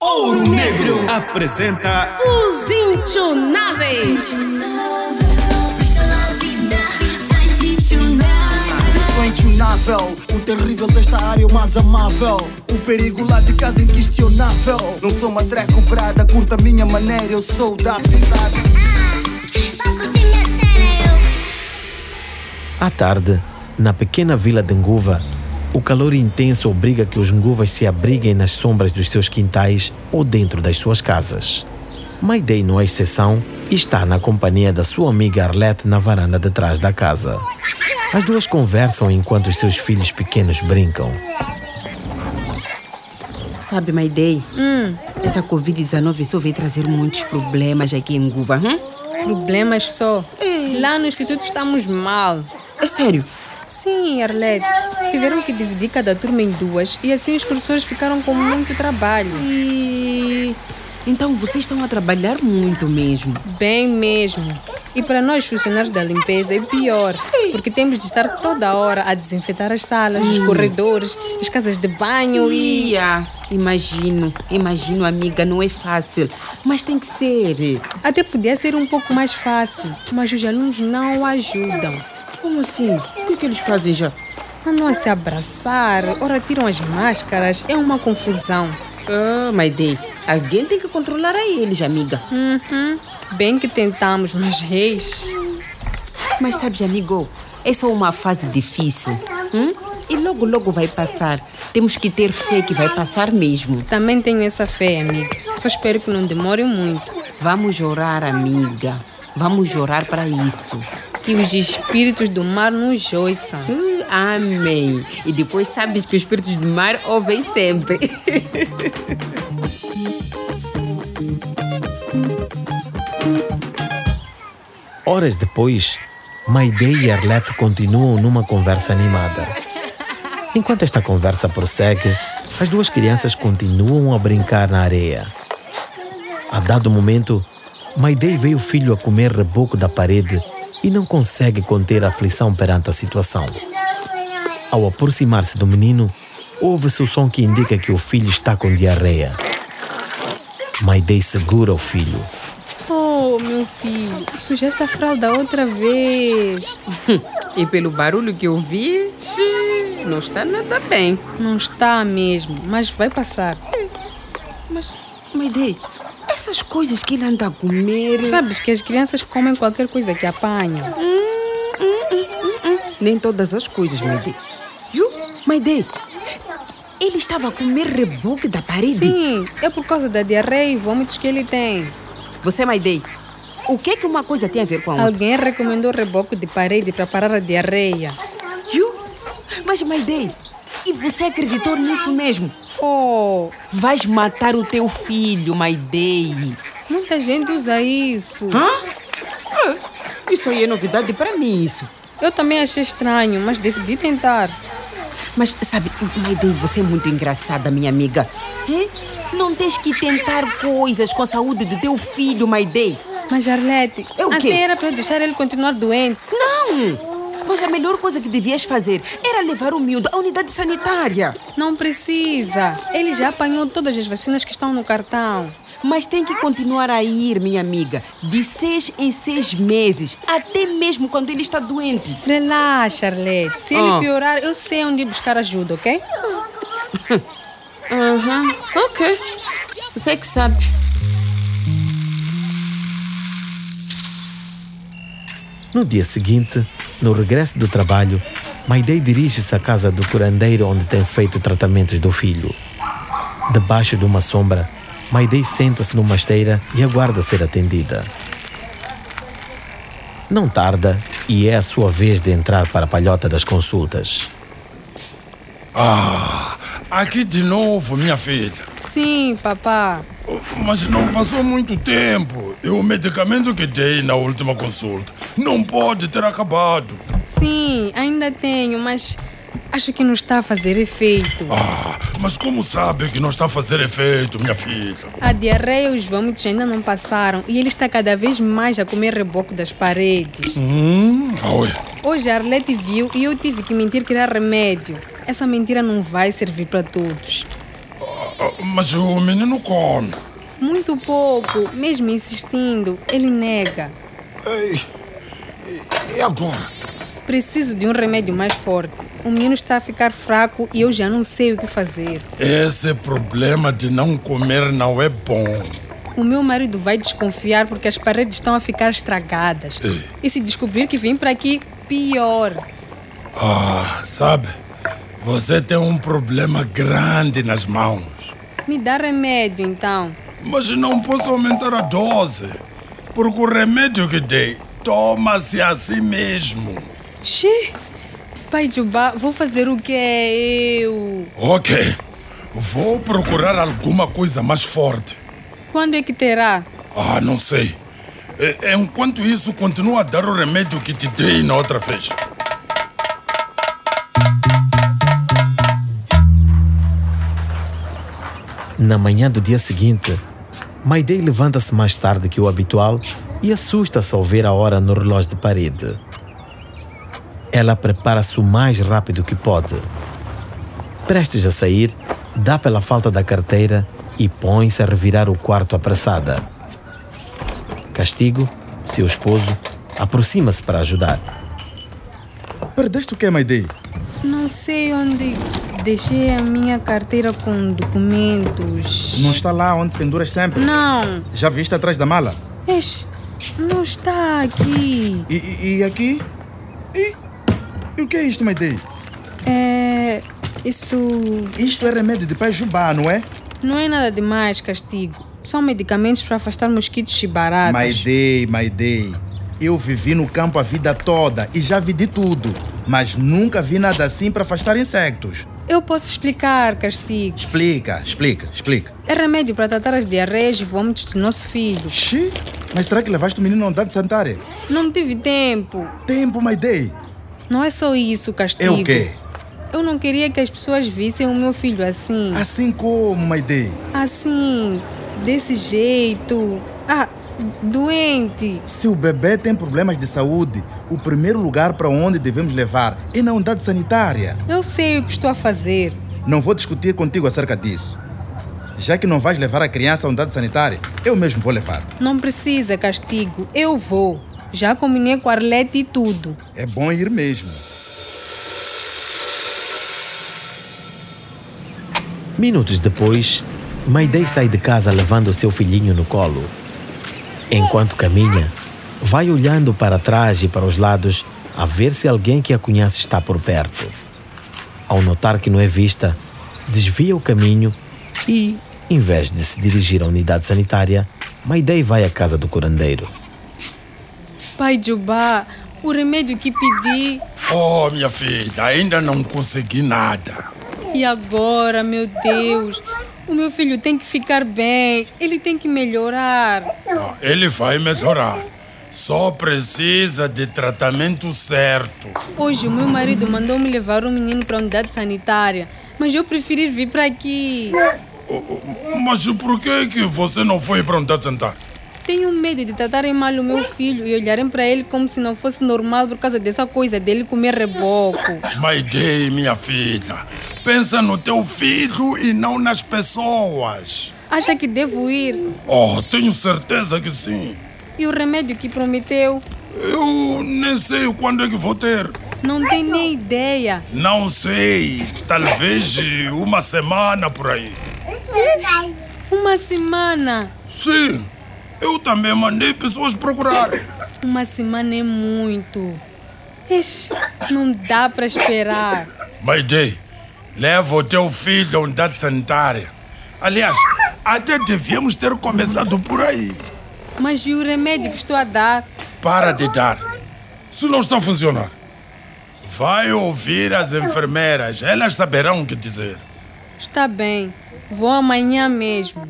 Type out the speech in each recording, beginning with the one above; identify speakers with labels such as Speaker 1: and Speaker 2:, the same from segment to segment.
Speaker 1: Ouro Negro apresenta
Speaker 2: Os Intunáveis.
Speaker 3: Sou intunável, o terrível desta área é o mais amável. O perigo lá de casa é inquestionável. Não sou uma cobrada, curta a minha maneira, eu sou da pesada.
Speaker 4: À tarde, na pequena vila de Nguva, o calor intenso obriga que os nguvas se abriguem nas sombras dos seus quintais ou dentro das suas casas. Maidei não é exceção e está na companhia da sua amiga Arlette na varanda de trás da casa. As duas conversam enquanto os seus filhos pequenos brincam.
Speaker 2: Sabe, Maidei? Essa Covid-19 só veio trazer muitos problemas aqui em Guba. Hum?
Speaker 5: Problemas só. Lá no instituto estamos mal.
Speaker 2: É sério?
Speaker 5: Sim, Arlete. Tiveram que dividir cada turma em duas e assim os professores ficaram com muito trabalho.
Speaker 2: E... Então vocês estão a trabalhar muito mesmo.
Speaker 5: Bem mesmo. E para nós, funcionários da limpeza, é pior, porque temos de estar toda hora a desinfetar as salas, os corredores, as casas de banho e.
Speaker 2: Ia, imagino, imagino, amiga, não é fácil. Mas tem que ser.
Speaker 5: Até podia ser um pouco mais fácil, mas os alunos não ajudam.
Speaker 2: Como assim? O que, que eles fazem já?
Speaker 5: Andam a se abraçar, ora tiram as máscaras, é uma confusão.
Speaker 2: Ah, Maidei, alguém tem que controlar a eles, amiga.
Speaker 5: Uhum. Bem que tentamos, mas reis.
Speaker 2: Mas sabes, amigo, essa é uma fase difícil. hum? E logo, logo vai passar. Temos que ter fé que vai passar mesmo.
Speaker 5: Também tenho essa fé, amiga. Só espero que não demore muito.
Speaker 2: Vamos orar, amiga. Vamos orar para isso.
Speaker 5: Que os espíritos do mar nos ouçam.
Speaker 2: Hum, amém. E depois sabes que os espíritos do mar ouvem sempre.
Speaker 4: Horas depois, Maidei e Arlette continuam numa conversa animada. Enquanto esta conversa prossegue, as duas crianças continuam a brincar na areia. A dado momento, Maidei vê o filho a comer reboco da parede e não consegue conter a aflição perante a situação. Ao aproximar-se do menino, ouve-se o som que indica que o filho está com diarreia. Maidei segura o filho.
Speaker 5: Oh, meu filho, sujaste a fralda outra vez.
Speaker 2: e pelo barulho que eu vi, xiii, não está nada bem.
Speaker 5: Não está mesmo, mas vai passar.
Speaker 2: Mas, Maidei, essas coisas que ele anda a comer.
Speaker 5: Sabes que as crianças comem qualquer coisa que apanham.
Speaker 2: hum? Nem todas as coisas, Maidei. Viu? Maidei, ele estava a comer reboque da parede.
Speaker 5: Sim, é por causa da diarreia e vômitos que ele tem.
Speaker 2: Você, Maidei, o que é que uma coisa tem a ver com a outra?
Speaker 5: Alguém recomendou reboco de parede para parar a diarreia.
Speaker 2: Viu? Mas, Maidei, e você acreditou nisso mesmo?
Speaker 5: Oh,
Speaker 2: Vais matar o teu filho, Maidei.
Speaker 5: muita gente usa isso.
Speaker 2: Hã? Ah, Isso aí é novidade para mim, isso.
Speaker 5: Eu também achei estranho, mas decidi tentar.
Speaker 2: Mas, sabe, Maidei, você é muito engraçada, minha amiga. Hã? Não tens que tentar coisas com a saúde do teu filho, Maidei.
Speaker 5: Mas, Arlete,
Speaker 2: É o quê?
Speaker 5: assim era para deixar ele continuar doente.
Speaker 2: Não! Mas a melhor coisa que devias fazer era levar o miúdo à unidade sanitária.
Speaker 5: Não precisa. Ele já apanhou todas as vacinas que estão no cartão.
Speaker 2: Mas tem que continuar a ir, minha amiga, de seis em seis meses, até mesmo quando ele está doente.
Speaker 5: Relaxa, Arlete. Se ele
Speaker 2: Ah.
Speaker 5: piorar, eu sei onde ir buscar ajuda, ok?
Speaker 2: Aham, ok. Você é que sabe.
Speaker 4: No dia seguinte, no regresso do trabalho, Maidei dirige-se à casa do curandeiro onde tem feito tratamentos do filho. Debaixo de uma sombra, Maidei senta-se numa esteira e aguarda ser atendida. Não tarda e é a sua vez de entrar para a palhota das consultas.
Speaker 6: Ah, aqui de novo, minha filha.
Speaker 5: Sim, papá.
Speaker 6: Mas não passou muito tempo. E o medicamento que dei na última consulta não pode ter acabado.
Speaker 5: Sim, ainda tenho, mas acho que não está a fazer efeito.
Speaker 6: Ah, mas como sabe que não está a fazer efeito, minha filha?
Speaker 5: A diarreia e os vômitos ainda não passaram e ele está cada vez mais a comer reboco das paredes.
Speaker 6: Hum, ah, ué.
Speaker 5: Hoje a Arlete viu e eu tive que mentir que era remédio. Essa mentira não vai servir para todos.
Speaker 6: Ah, Mas o menino come.
Speaker 5: Muito pouco, mesmo insistindo, ele nega.
Speaker 6: Ei, e- e agora?
Speaker 5: Preciso de um remédio mais forte. O menino está a ficar fraco e eu já não sei o que fazer.
Speaker 6: Esse problema de não comer não é bom.
Speaker 5: O meu marido vai desconfiar porque as paredes estão a ficar estragadas. E se descobrir que vim para aqui, pior.
Speaker 6: Ah, sabe? Você tem um problema grande nas mãos.
Speaker 5: Me dá remédio então.
Speaker 6: Mas não posso aumentar a dose. Porque o remédio que dei toma-se a si mesmo.
Speaker 5: Xi! Pai Jubá, vou fazer o que é eu?
Speaker 6: Ok. Vou procurar alguma coisa mais forte.
Speaker 5: Quando é que terá?
Speaker 6: Ah, não sei. E- Enquanto isso, continua a dar o remédio que te dei na outra vez.
Speaker 4: Na manhã do dia seguinte, Maidei levanta-se mais tarde que o habitual e assusta-se ao ver a hora no relógio de parede. Ela prepara-se o mais rápido que pode. Prestes a sair, dá pela falta da carteira e põe-se a revirar o quarto apressada. Castigo, seu esposo, aproxima-se para ajudar.
Speaker 7: Perdeste o que, Maidei?
Speaker 5: Não sei onde deixei a minha carteira com documentos.
Speaker 7: Não está lá onde penduras sempre.
Speaker 5: Não,
Speaker 7: Já viste atrás da mala?
Speaker 5: Eish, não está aqui.
Speaker 7: E, e- e aqui? E, e o que é isto, Maidei?
Speaker 5: É. Isso
Speaker 7: Isto é remédio de pai Jubá, não é?
Speaker 5: não é nada demais, castigo. São medicamentos para afastar mosquitos e baratas.
Speaker 7: Maidei, Maidei. Eu vivi no campo a vida toda e já vi de tudo. Mas nunca vi nada assim para afastar insectos.
Speaker 5: Eu posso explicar, castigo.
Speaker 7: Explica, explica, explica.
Speaker 5: É remédio para tratar as diarreias e vômitos do nosso filho.
Speaker 7: Xi, mas será que levaste o menino a andar de Santare?
Speaker 5: Não tive tempo.
Speaker 7: Tempo, Maidei.
Speaker 5: Não é só isso,
Speaker 7: É
Speaker 5: castigo.
Speaker 7: o quê?
Speaker 5: Eu não queria que as pessoas vissem o meu filho assim.
Speaker 7: Assim como, Maidei.
Speaker 5: Assim, desse jeito. Ah, doente.
Speaker 7: Se o bebê tem problemas de saúde, o primeiro lugar para onde devemos levar é na unidade sanitária.
Speaker 5: Eu sei o que estou a fazer.
Speaker 7: Não vou discutir contigo acerca disso. Já que não vais levar a criança à unidade sanitária, eu mesmo vou levar.
Speaker 5: Não precisa castigo. Eu vou. Já combinei com a Arlete e tudo.
Speaker 7: É bom ir mesmo.
Speaker 4: Minutos depois, Maidei sai de casa levando o seu filhinho no colo. Enquanto caminha, vai olhando para trás e para os lados a ver se alguém que a conhece está por perto. Ao notar que não é vista, desvia o caminho e, em vez de se dirigir à unidade sanitária, Maidei vai à casa do curandeiro.
Speaker 5: Pai Jubá, o remédio que pedi.
Speaker 6: Oh, minha filha, ainda não consegui nada.
Speaker 5: E agora, meu Deus? O meu filho tem que ficar bem. Ele tem que melhorar.
Speaker 6: Ah, Ele vai melhorar. Só precisa de tratamento certo.
Speaker 5: Hoje o meu marido mandou-me levar o menino para a unidade sanitária. Mas eu preferi vir para aqui.
Speaker 6: Mas por que, que você não foi para onde sentar?
Speaker 5: Tenho medo de tratarem mal o meu filho e olharem para ele como se não fosse normal por causa dessa coisa dele comer reboco.
Speaker 6: Maidei, minha filha, pensa no teu filho e não nas pessoas.
Speaker 5: Acha que devo ir?
Speaker 6: Oh, tenho certeza que sim.
Speaker 5: E o remédio que prometeu?
Speaker 6: Eu nem sei quando é que vou ter.
Speaker 5: Não tem nem ideia.
Speaker 6: Não sei, talvez eh, uma semana por aí.
Speaker 5: Uma semana.
Speaker 6: Sim, eu também mandei pessoas procurar.
Speaker 5: Uma semana é muito. Ixi, não dá para esperar.
Speaker 6: Maidei, leva o teu filho à unidade sanitária. Aliás, até devíamos ter começado por aí.
Speaker 5: Mas e o remédio que estou a dar?
Speaker 6: Para de dar. Se não está a funcionar, vai ouvir as enfermeiras. Elas saberão o que dizer.
Speaker 5: Está bem. Vou amanhã mesmo.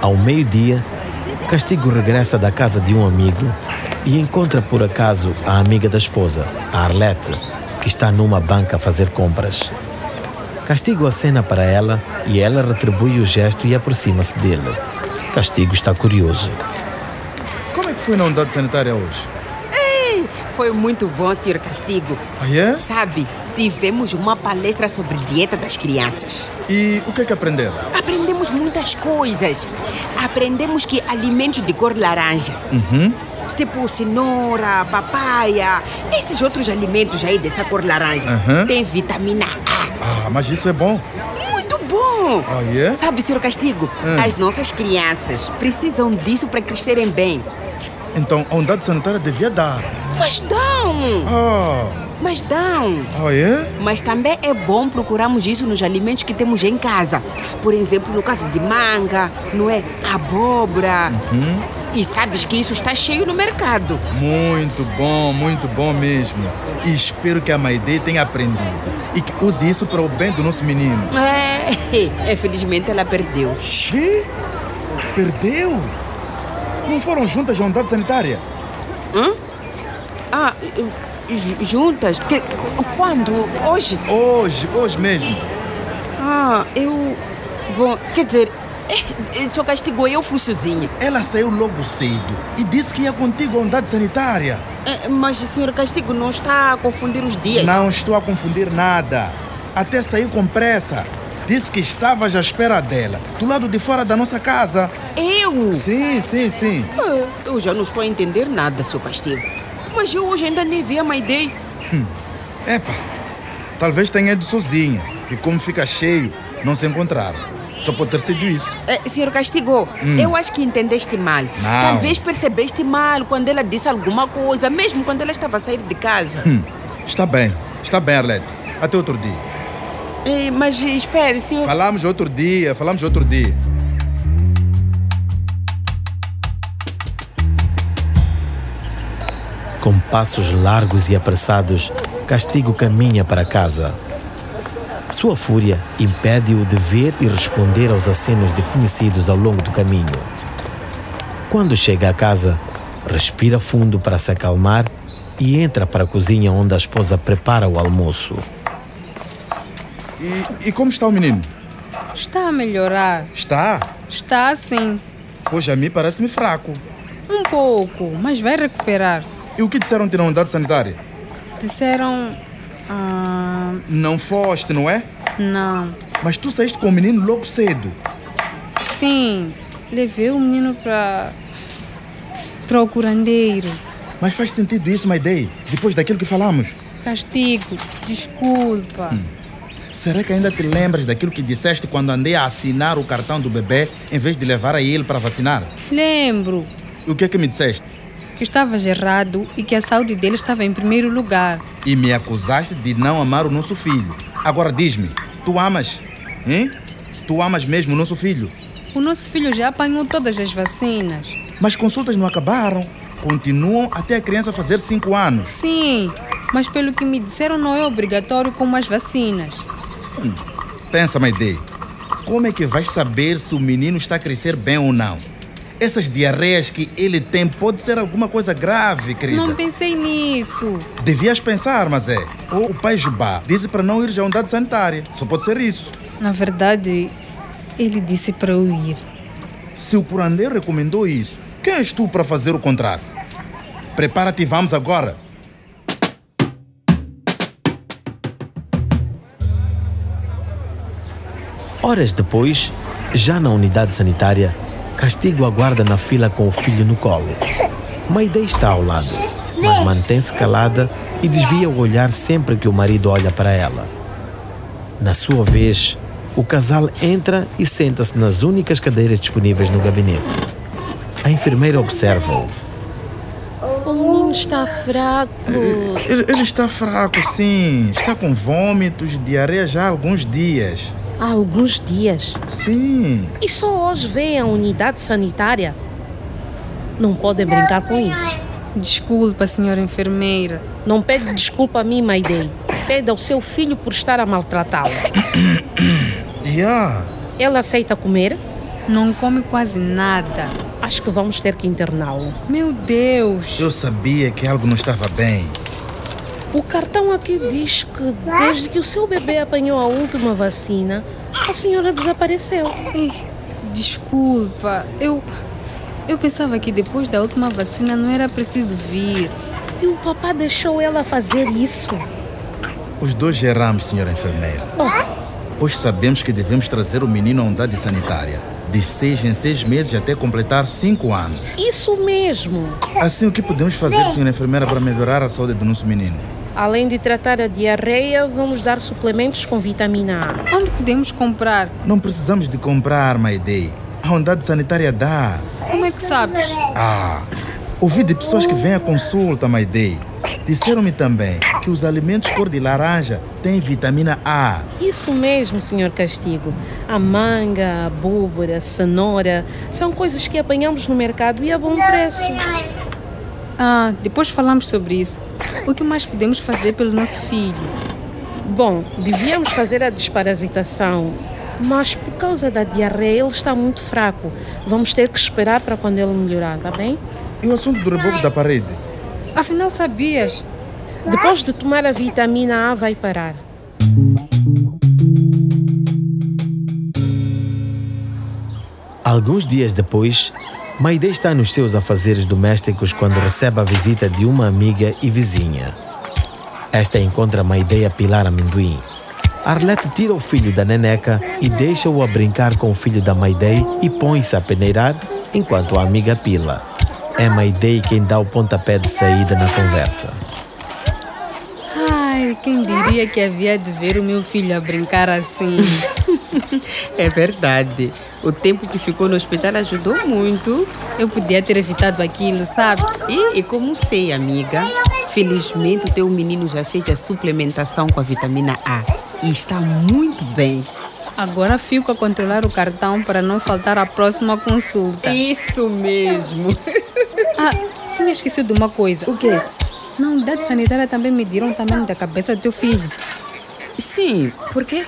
Speaker 4: Ao meio-dia, Castigo regressa da casa de um amigo e encontra por acaso a amiga da esposa, a Arlete, que está numa banca a fazer compras. Castigo acena para ela e ela retribui o gesto e aproxima-se dele. Castigo está curioso.
Speaker 7: Como é que foi na unidade sanitária hoje?
Speaker 8: Ei,
Speaker 2: Foi muito bom, senhor Castigo.
Speaker 7: Ah, é?
Speaker 2: Sabe, tivemos uma palestra sobre dieta das crianças.
Speaker 7: E o que é que aprenderam?
Speaker 2: Aprendemos muitas coisas. Aprendemos que alimentos de cor laranja,
Speaker 7: Uhum.
Speaker 2: tipo cenoura, papaya, esses outros alimentos aí dessa cor laranja,
Speaker 7: Uhum.
Speaker 2: têm vitamina A.
Speaker 7: Ah, mas isso é bom.
Speaker 2: Muito bom!
Speaker 7: Ah, é? Ah.
Speaker 2: Sabe, senhor Castigo, as nossas crianças precisam disso para crescerem bem.
Speaker 7: Então a unidade sanitária devia dar.
Speaker 2: Mas dão!
Speaker 7: Ah,
Speaker 2: Mas dão!
Speaker 7: ah é?
Speaker 2: Mas também é bom procurarmos isso nos alimentos que temos em casa. Por exemplo, no caso de manga, não é? Abóbora.
Speaker 7: Uhum.
Speaker 2: E sabes que isso está cheio no mercado.
Speaker 7: Muito bom, muito bom mesmo. E espero que a Maide tenha aprendido e que use isso para o bem do nosso menino.
Speaker 2: É, infelizmente ela perdeu.
Speaker 7: Xi! Perdeu? Não foram juntas um à unidade sanitária?
Speaker 2: Ah, ju- juntas? Que- quando? Hoje?
Speaker 7: Hoje, hoje mesmo.
Speaker 2: Ah, eu. Bom, quer dizer, eh, eh, só castigou eu fui sozinha.
Speaker 7: Ela saiu logo cedo e disse que ia contigo à unidade sanitária.
Speaker 2: Eh, Mas o senhor Castigo não está a confundir os dias.
Speaker 7: Não estou a confundir nada. Até saiu com pressa. Disse que estavas à espera dela, do lado de fora da nossa casa.
Speaker 2: Eu?
Speaker 7: Sim, sim, sim.
Speaker 2: Ah, Eu já não estou a entender nada, seu castigo. Mas eu hoje ainda nem vi a Maidei.
Speaker 7: Epa, talvez tenha ido sozinha. E como fica cheio, não se encontraram. Só pode ter sido isso.
Speaker 2: É, senhor Castigo,
Speaker 9: Hum.
Speaker 2: eu acho que entendeste mal.
Speaker 7: Não.
Speaker 2: Talvez percebeste mal quando ela disse alguma coisa, mesmo quando ela estava a sair de casa.
Speaker 7: Hum, está bem, está bem, Arlete. Até outro dia.
Speaker 2: Eh, mas espere, senhor.
Speaker 7: Falamos outro dia, falamos outro dia.
Speaker 4: Com passos largos e apressados, Castigo caminha para casa. Sua fúria impede-o de ver e responder aos acenos de conhecidos ao longo do caminho. Quando chega a casa, respira fundo para se acalmar e entra para a cozinha onde a esposa prepara o almoço.
Speaker 7: E, e como está o menino?
Speaker 5: Está a melhorar.
Speaker 7: Está?
Speaker 5: Está sim.
Speaker 7: Pois a mim parece-me fraco.
Speaker 5: Um pouco, mas vai recuperar.
Speaker 7: E o que disseram-te na unidade sanitária?
Speaker 5: Disseram. Ah,
Speaker 7: Não foste, não é?
Speaker 5: não.
Speaker 7: Mas tu saíste com o menino logo cedo.
Speaker 5: Sim, levei o menino para. para o curandeiro.
Speaker 7: Mas faz sentido isso, Maidei, depois daquilo que falamos.
Speaker 5: Castigo, desculpa.
Speaker 7: Será que ainda te lembras daquilo que disseste quando andei a assinar o cartão do bebê em vez de levar a ele para vacinar?
Speaker 5: Lembro
Speaker 7: E o que é que me disseste?
Speaker 5: que estavas errado e que a saúde dele estava em primeiro lugar.
Speaker 7: E me acusaste de não amar o nosso filho. Agora diz-me, tu amas? Hein? Tu amas mesmo o nosso filho?
Speaker 5: O nosso filho já apanhou todas as vacinas.
Speaker 7: Mas consultas não acabaram. Continuam até a criança fazer 5 anos.
Speaker 5: Sim, mas pelo que me disseram, não é obrigatório como as vacinas.
Speaker 7: Pensa, Maidei. Como é que vais saber se o menino está a crescer bem ou não? Essas diarreias que ele tem pode ser alguma coisa grave, querida.
Speaker 5: Não pensei nisso.
Speaker 7: Devias pensar, mas é. Ou o pai Jubá disse para não ir à unidade sanitária. Só pode ser isso.
Speaker 5: Na verdade, ele disse para eu ir.
Speaker 7: Se o curandeiro recomendou isso, quem és tu para fazer o contrário? Prepara-te e vamos agora.
Speaker 4: Horas depois, já na unidade sanitária, Castigo aguarda na fila com o filho no colo. Maidei está ao lado, mas mantém-se calada e desvia o olhar sempre que o marido olha para ela. Na sua vez, o casal entra e senta-se nas únicas cadeiras disponíveis no gabinete. A enfermeira observa-o.
Speaker 8: O menino está fraco.
Speaker 7: Ele, ele está fraco, sim. Está com vômitos, diarreia já há alguns dias.
Speaker 8: Há alguns dias.
Speaker 7: Sim.
Speaker 8: E só hoje veio a unidade sanitária. Não podem brincar com isso.
Speaker 5: Desculpa, senhora enfermeira.
Speaker 8: Não pede desculpa a mim, Maidei. Pede ao seu filho por estar a maltratá-lo.
Speaker 7: Yeah.
Speaker 8: Ele aceita comer?
Speaker 5: Não come quase nada.
Speaker 8: Acho que vamos ter que interná-lo.
Speaker 5: Meu Deus!
Speaker 7: Eu sabia que algo não estava bem.
Speaker 8: O cartão aqui diz que desde que o seu bebê apanhou a última vacina, a senhora desapareceu.
Speaker 5: Ei, desculpa, eu. Eu pensava que depois da última vacina não era preciso vir.
Speaker 8: E o papá deixou ela fazer isso.
Speaker 7: Os dois geramos, senhora enfermeira. Pois sabemos que devemos trazer o menino à unidade sanitária. De seis em seis meses até completar cinco anos.
Speaker 8: Isso mesmo.
Speaker 7: Assim, o que podemos fazer, senhora enfermeira, para melhorar a saúde do nosso menino?
Speaker 8: Além de tratar a diarreia, vamos dar suplementos com vitamina A.
Speaker 5: Onde podemos comprar?
Speaker 7: Não precisamos de comprar, Maidei. A unidade sanitária dá.
Speaker 5: Como é que sabes?
Speaker 7: Ah, ouvi de pessoas que vêm à consulta, Maidei. Disseram-me também que os alimentos cor de laranja têm vitamina A.
Speaker 8: Isso mesmo, senhor Castigo. A manga, a abóbora, a cenoura são coisas que apanhamos no mercado e a bom preço.
Speaker 5: Ah, depois falamos sobre isso. O que mais podemos fazer pelo nosso filho?
Speaker 8: Bom, devíamos fazer a desparasitação, mas por causa da diarreia ele está muito fraco. Vamos ter que esperar para quando ele melhorar, tá bem?
Speaker 7: E o assunto do reboco da parede?
Speaker 5: Afinal, sabias?
Speaker 8: Depois de tomar a vitamina A, vai parar.
Speaker 4: Alguns dias depois, Maide está nos seus afazeres domésticos quando recebe a visita de uma amiga e vizinha. Esta encontra Maide a pilar amendoim. Arlete tira o filho da neneca e deixa-o a brincar com o filho da Maidei e põe-se a peneirar enquanto a amiga pila. É Maidei quem dá o pontapé de saída na conversa.
Speaker 5: Ai, quem diria que havia de ver o meu filho a brincar assim?
Speaker 9: É verdade. O tempo que ficou no hospital ajudou muito.
Speaker 5: Eu podia ter evitado aquilo, sabe?
Speaker 9: E, e como sei, amiga, felizmente o teu menino já fez a suplementação com a vitamina A e está muito bem.
Speaker 5: Agora fico a controlar o cartão para não faltar à próxima consulta.
Speaker 9: Isso mesmo.
Speaker 5: Ah, tinha esquecido uma coisa. O quê? Na unidade sanitária também mediram o tamanho da cabeça do teu filho.
Speaker 9: Sim, por quê?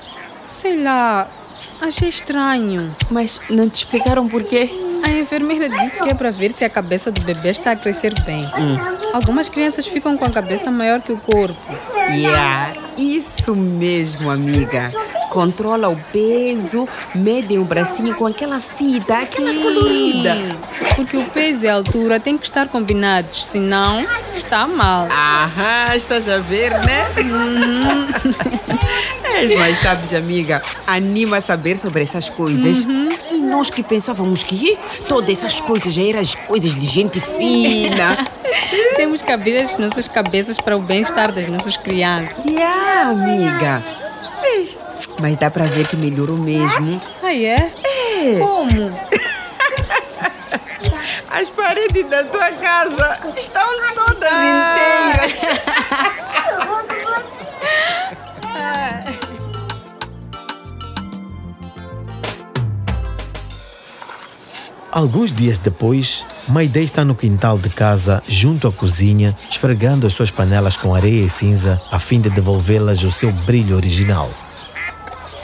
Speaker 5: Sei lá, achei estranho.
Speaker 9: Mas não te explicaram por quê?
Speaker 5: A enfermeira disse que é para ver se a cabeça do bebê está a crescer bem. Algumas crianças ficam com a cabeça maior que o corpo.
Speaker 9: Yeah, isso mesmo, amiga. Controla o peso, medem o bracinho com aquela fita, aquela colorida.
Speaker 5: Porque o peso e a altura têm que estar combinados, senão está mal.
Speaker 9: Aham, estás a ver, né? É, Mas sabes, amiga, anima a saber sobre essas coisas.
Speaker 2: E nós que pensávamos que ih, todas essas coisas já eram as coisas de gente fina.
Speaker 5: Temos que abrir as nossas cabeças para o bem-estar das nossas crianças.
Speaker 9: Yeah, ah, amiga. Ei, Mas dá pra ver que melhorou mesmo.
Speaker 5: Ah, é? Como?
Speaker 9: As paredes da tua casa estão todas inteiras.
Speaker 4: Alguns dias depois, Maidei está no quintal de casa, junto à cozinha, esfregando as suas panelas com areia e cinza a fim de devolvê-las o seu brilho original.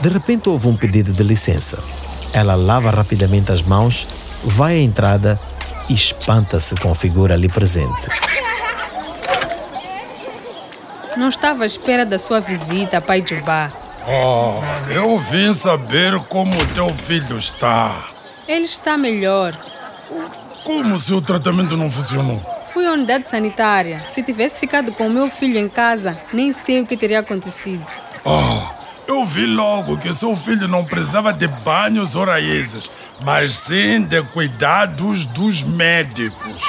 Speaker 4: De repente houve um pedido de licença. Ela lava rapidamente as mãos, vai à entrada e espanta-se com a figura ali presente.
Speaker 5: Não estava à espera da sua visita, pai Jubá.
Speaker 6: Ah, eu vim saber como o teu filho está.
Speaker 5: Ele está melhor.
Speaker 6: Como seu tratamento não funcionou?
Speaker 5: Fui à unidade sanitária. Se tivesse ficado com o meu filho em casa, nem sei o que teria acontecido.
Speaker 6: Ah, eu vi logo que seu filho não precisava de banhos ou raízes, mas sim de cuidados dos médicos.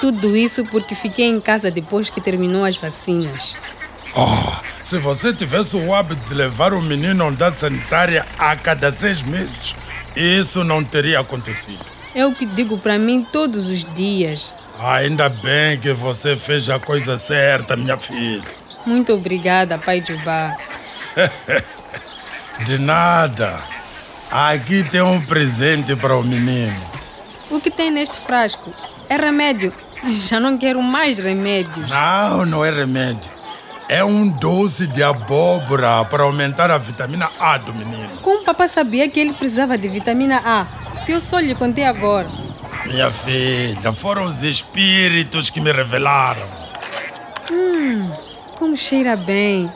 Speaker 5: Tudo isso porque fiquei em casa depois que terminou as vacinas.
Speaker 6: Ah, se você tivesse o hábito de levar o menino à unidade sanitária a cada seis meses, isso não teria acontecido.
Speaker 5: É o que digo para mim todos os dias.
Speaker 6: Ainda bem que você fez a coisa certa, minha filha.
Speaker 5: Muito obrigada, pai Jubá.
Speaker 6: De nada. Aqui tem um presente para o menino.
Speaker 5: O que tem neste frasco? É remédio. Já não quero mais remédios.
Speaker 6: Não, não é remédio. É um doce de abóbora para aumentar a vitamina A do menino.
Speaker 5: Como o papai sabia que ele precisava de vitamina A? Se eu só lhe contei agora.
Speaker 6: Minha filha, foram os espíritos que me revelaram.
Speaker 5: Como cheira bem.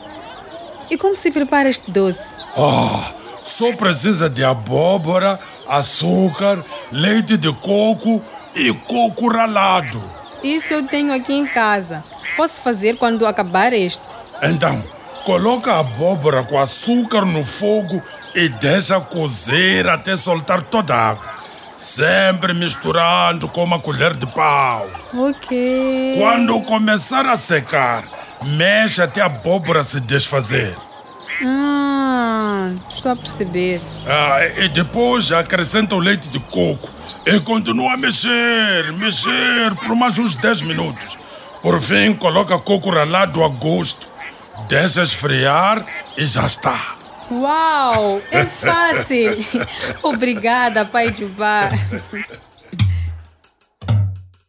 Speaker 5: E como se prepara este doce?
Speaker 6: Ah, só precisa de abóbora, açúcar, leite de coco e coco ralado.
Speaker 5: Isso eu tenho aqui em casa. posso fazer quando acabar este?
Speaker 6: Então, coloca a abóbora com açúcar no fogo e deixa cozer até soltar toda a água. Sempre misturando com uma colher de pau.
Speaker 5: Ok.
Speaker 6: Quando começar a secar, mexe até a abóbora se desfazer.
Speaker 5: Ah, estou a perceber.
Speaker 6: Ah, e e depois acrescenta o leite de coco e continua a mexer, mexer por mais uns 10 minutos. Por fim, coloca coco ralado a gosto. Deixa esfriar e já está.
Speaker 5: Uau, é fácil. Obrigada, pai de bar.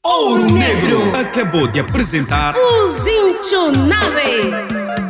Speaker 1: Ouro Negro acabou de apresentar
Speaker 10: Os Intionáveis.